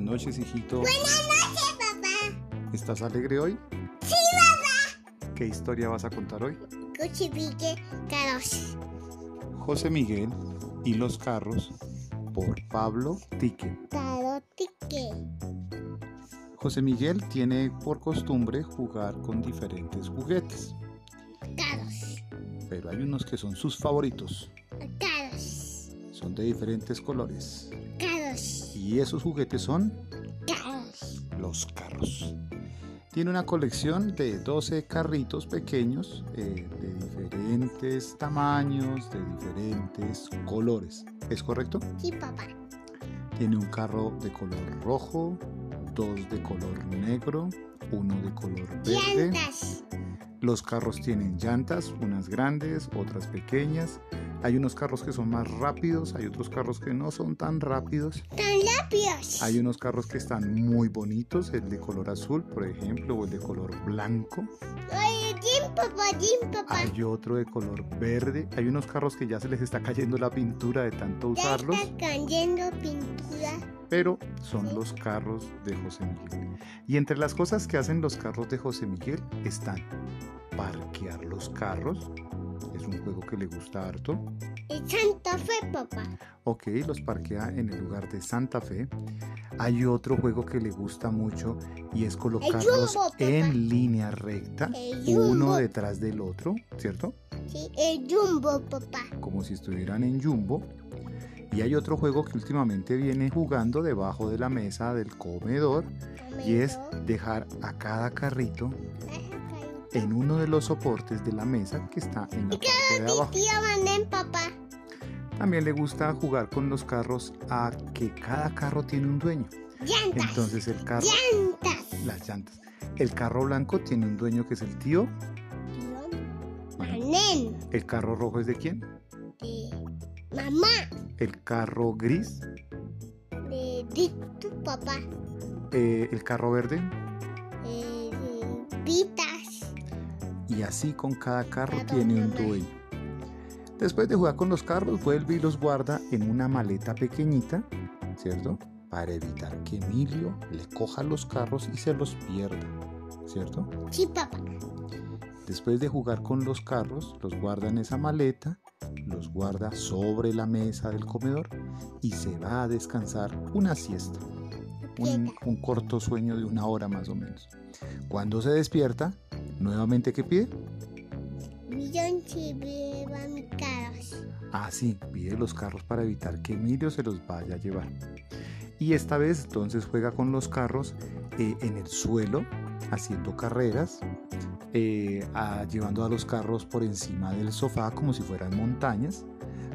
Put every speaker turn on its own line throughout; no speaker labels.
noches, hijito.
Buenas noches, papá.
¿Estás alegre hoy?
Sí, papá.
¿Qué historia vas a contar hoy?
Cuchipique, caros.
José Miguel y los carros por Pablo Tique.
Tarotique.
José Miguel tiene por costumbre jugar con diferentes juguetes,
Caros.
pero hay unos que son sus favoritos.
Caros.
Son de diferentes colores.
Caros.
Y esos juguetes son
Caros.
los carros. Tiene una colección de 12 carritos pequeños eh, de diferentes tamaños, de diferentes colores. ¿Es correcto?
Sí, papá.
Tiene un carro de color rojo, dos de color negro, uno de color verde.
Llantas.
Los carros tienen llantas, unas grandes, otras pequeñas. Hay unos carros que son más rápidos, hay otros carros que no son tan rápidos.
Tan labios.
Hay unos carros que están muy bonitos, el de color azul, por ejemplo, o el de color blanco.
Oye, Jim, papá, Jim, papá.
Hay otro de color verde. Hay unos carros que ya se les está cayendo la pintura de tanto
Ya
usarlos.
está cayendo pintura.
pero son los carros de José Miguel. Y entre las cosas que hacen los carros de José Miguel están parquear los carros, es un juego que le gusta harto,
Y Santa Fe, papá.
ok, los parquea en el lugar de Santa Fe. Hay otro juego que le gusta mucho y es colocarlos
jumbo, papá.
en línea recta,
El
Ah, uno
jumbo.
detrás del otro, ¿cierto?
Sí, el jumbo, papá.
Como si estuvieran en jumbo. Y hay otro juego que últimamente viene jugando debajo de la mesa del comedor y es
Comedor.
dejar a cada carrito
Ajá, cariño.
en uno de los soportes de la mesa que está en la parte de
Mi
abajo.
tío Manén, papá.
También le gusta jugar con los carros a que cada carro tiene un dueño.
Llantas.
Entonces el carro,
Llantas.
las llantas. El carro blanco tiene un dueño que es el tío.
Tío Manén.
El carro rojo es de quién?
De mamá.
El carro gris.
De, de tu papá.
eh, el carro verde.
Eh, de pitas.
Y así con cada carro
Cada
tiene un
mamá.
dueño. Después de jugar con los carros, vuelve y los guarda en una maleta pequeñita, ¿cierto? Para evitar que Emilio le coja los carros y se los pierda, ¿cierto?
Sí, papá.
Después de jugar con los carros, los guarda en esa maleta, los guarda sobre la mesa del comedor y se va a descansar una siesta, un,
Pieta.
un corto sueño de una hora más o menos. Cuando se despierta, nuevamente, ¿qué pide?
Millón chiveva mi caros.
Así, Ah, pide los carros para evitar que Emilio se los vaya a llevar. Y esta vez entonces juega con los carros eh, en el suelo, haciendo carreras, eh, a- llevando a los carros por encima del sofá como si fueran montañas,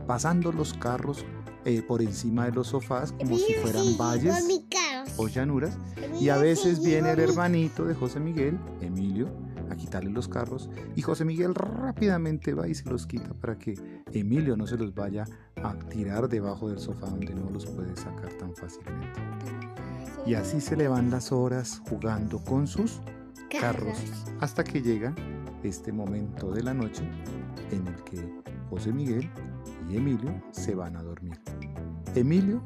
pasando los carros eh, por encima de los sofás como si fueran valles
mi caros.
o llanuras. Y a veces viene el hermanito de José Miguel, Emilio, a quitarle los carros y José Miguel rápidamente va y se los quita para que Emilio no se los vaya a tirar debajo del sofá donde no los puede sacar tan fácilmente. Y así se le van las horas jugando con sus carros hasta que llega este momento de la noche en el que José Miguel y Emilio se van a dormir. Emilio,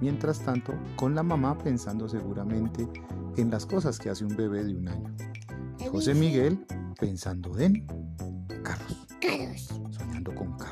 mientras tanto, con la mamá pensando seguramente en las cosas que hace un bebé de un año. José Miguel pensando en carros,
Caros.
soñando con